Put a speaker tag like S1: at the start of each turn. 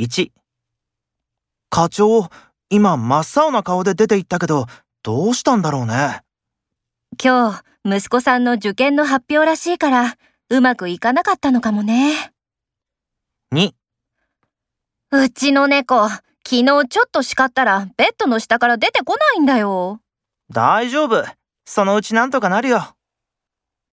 S1: 1課長、今真っ青な顔で出て行ったけど、どうしたんだろうね。
S2: 今日、息子さんの受験の発表らしいから、うまくいかなかったのかもね。
S1: 2
S2: うちの猫、昨日ちょっと叱ったら、ベッドの下から出てこないんだよ。
S1: 大丈夫。そのうちなんとかなるよ。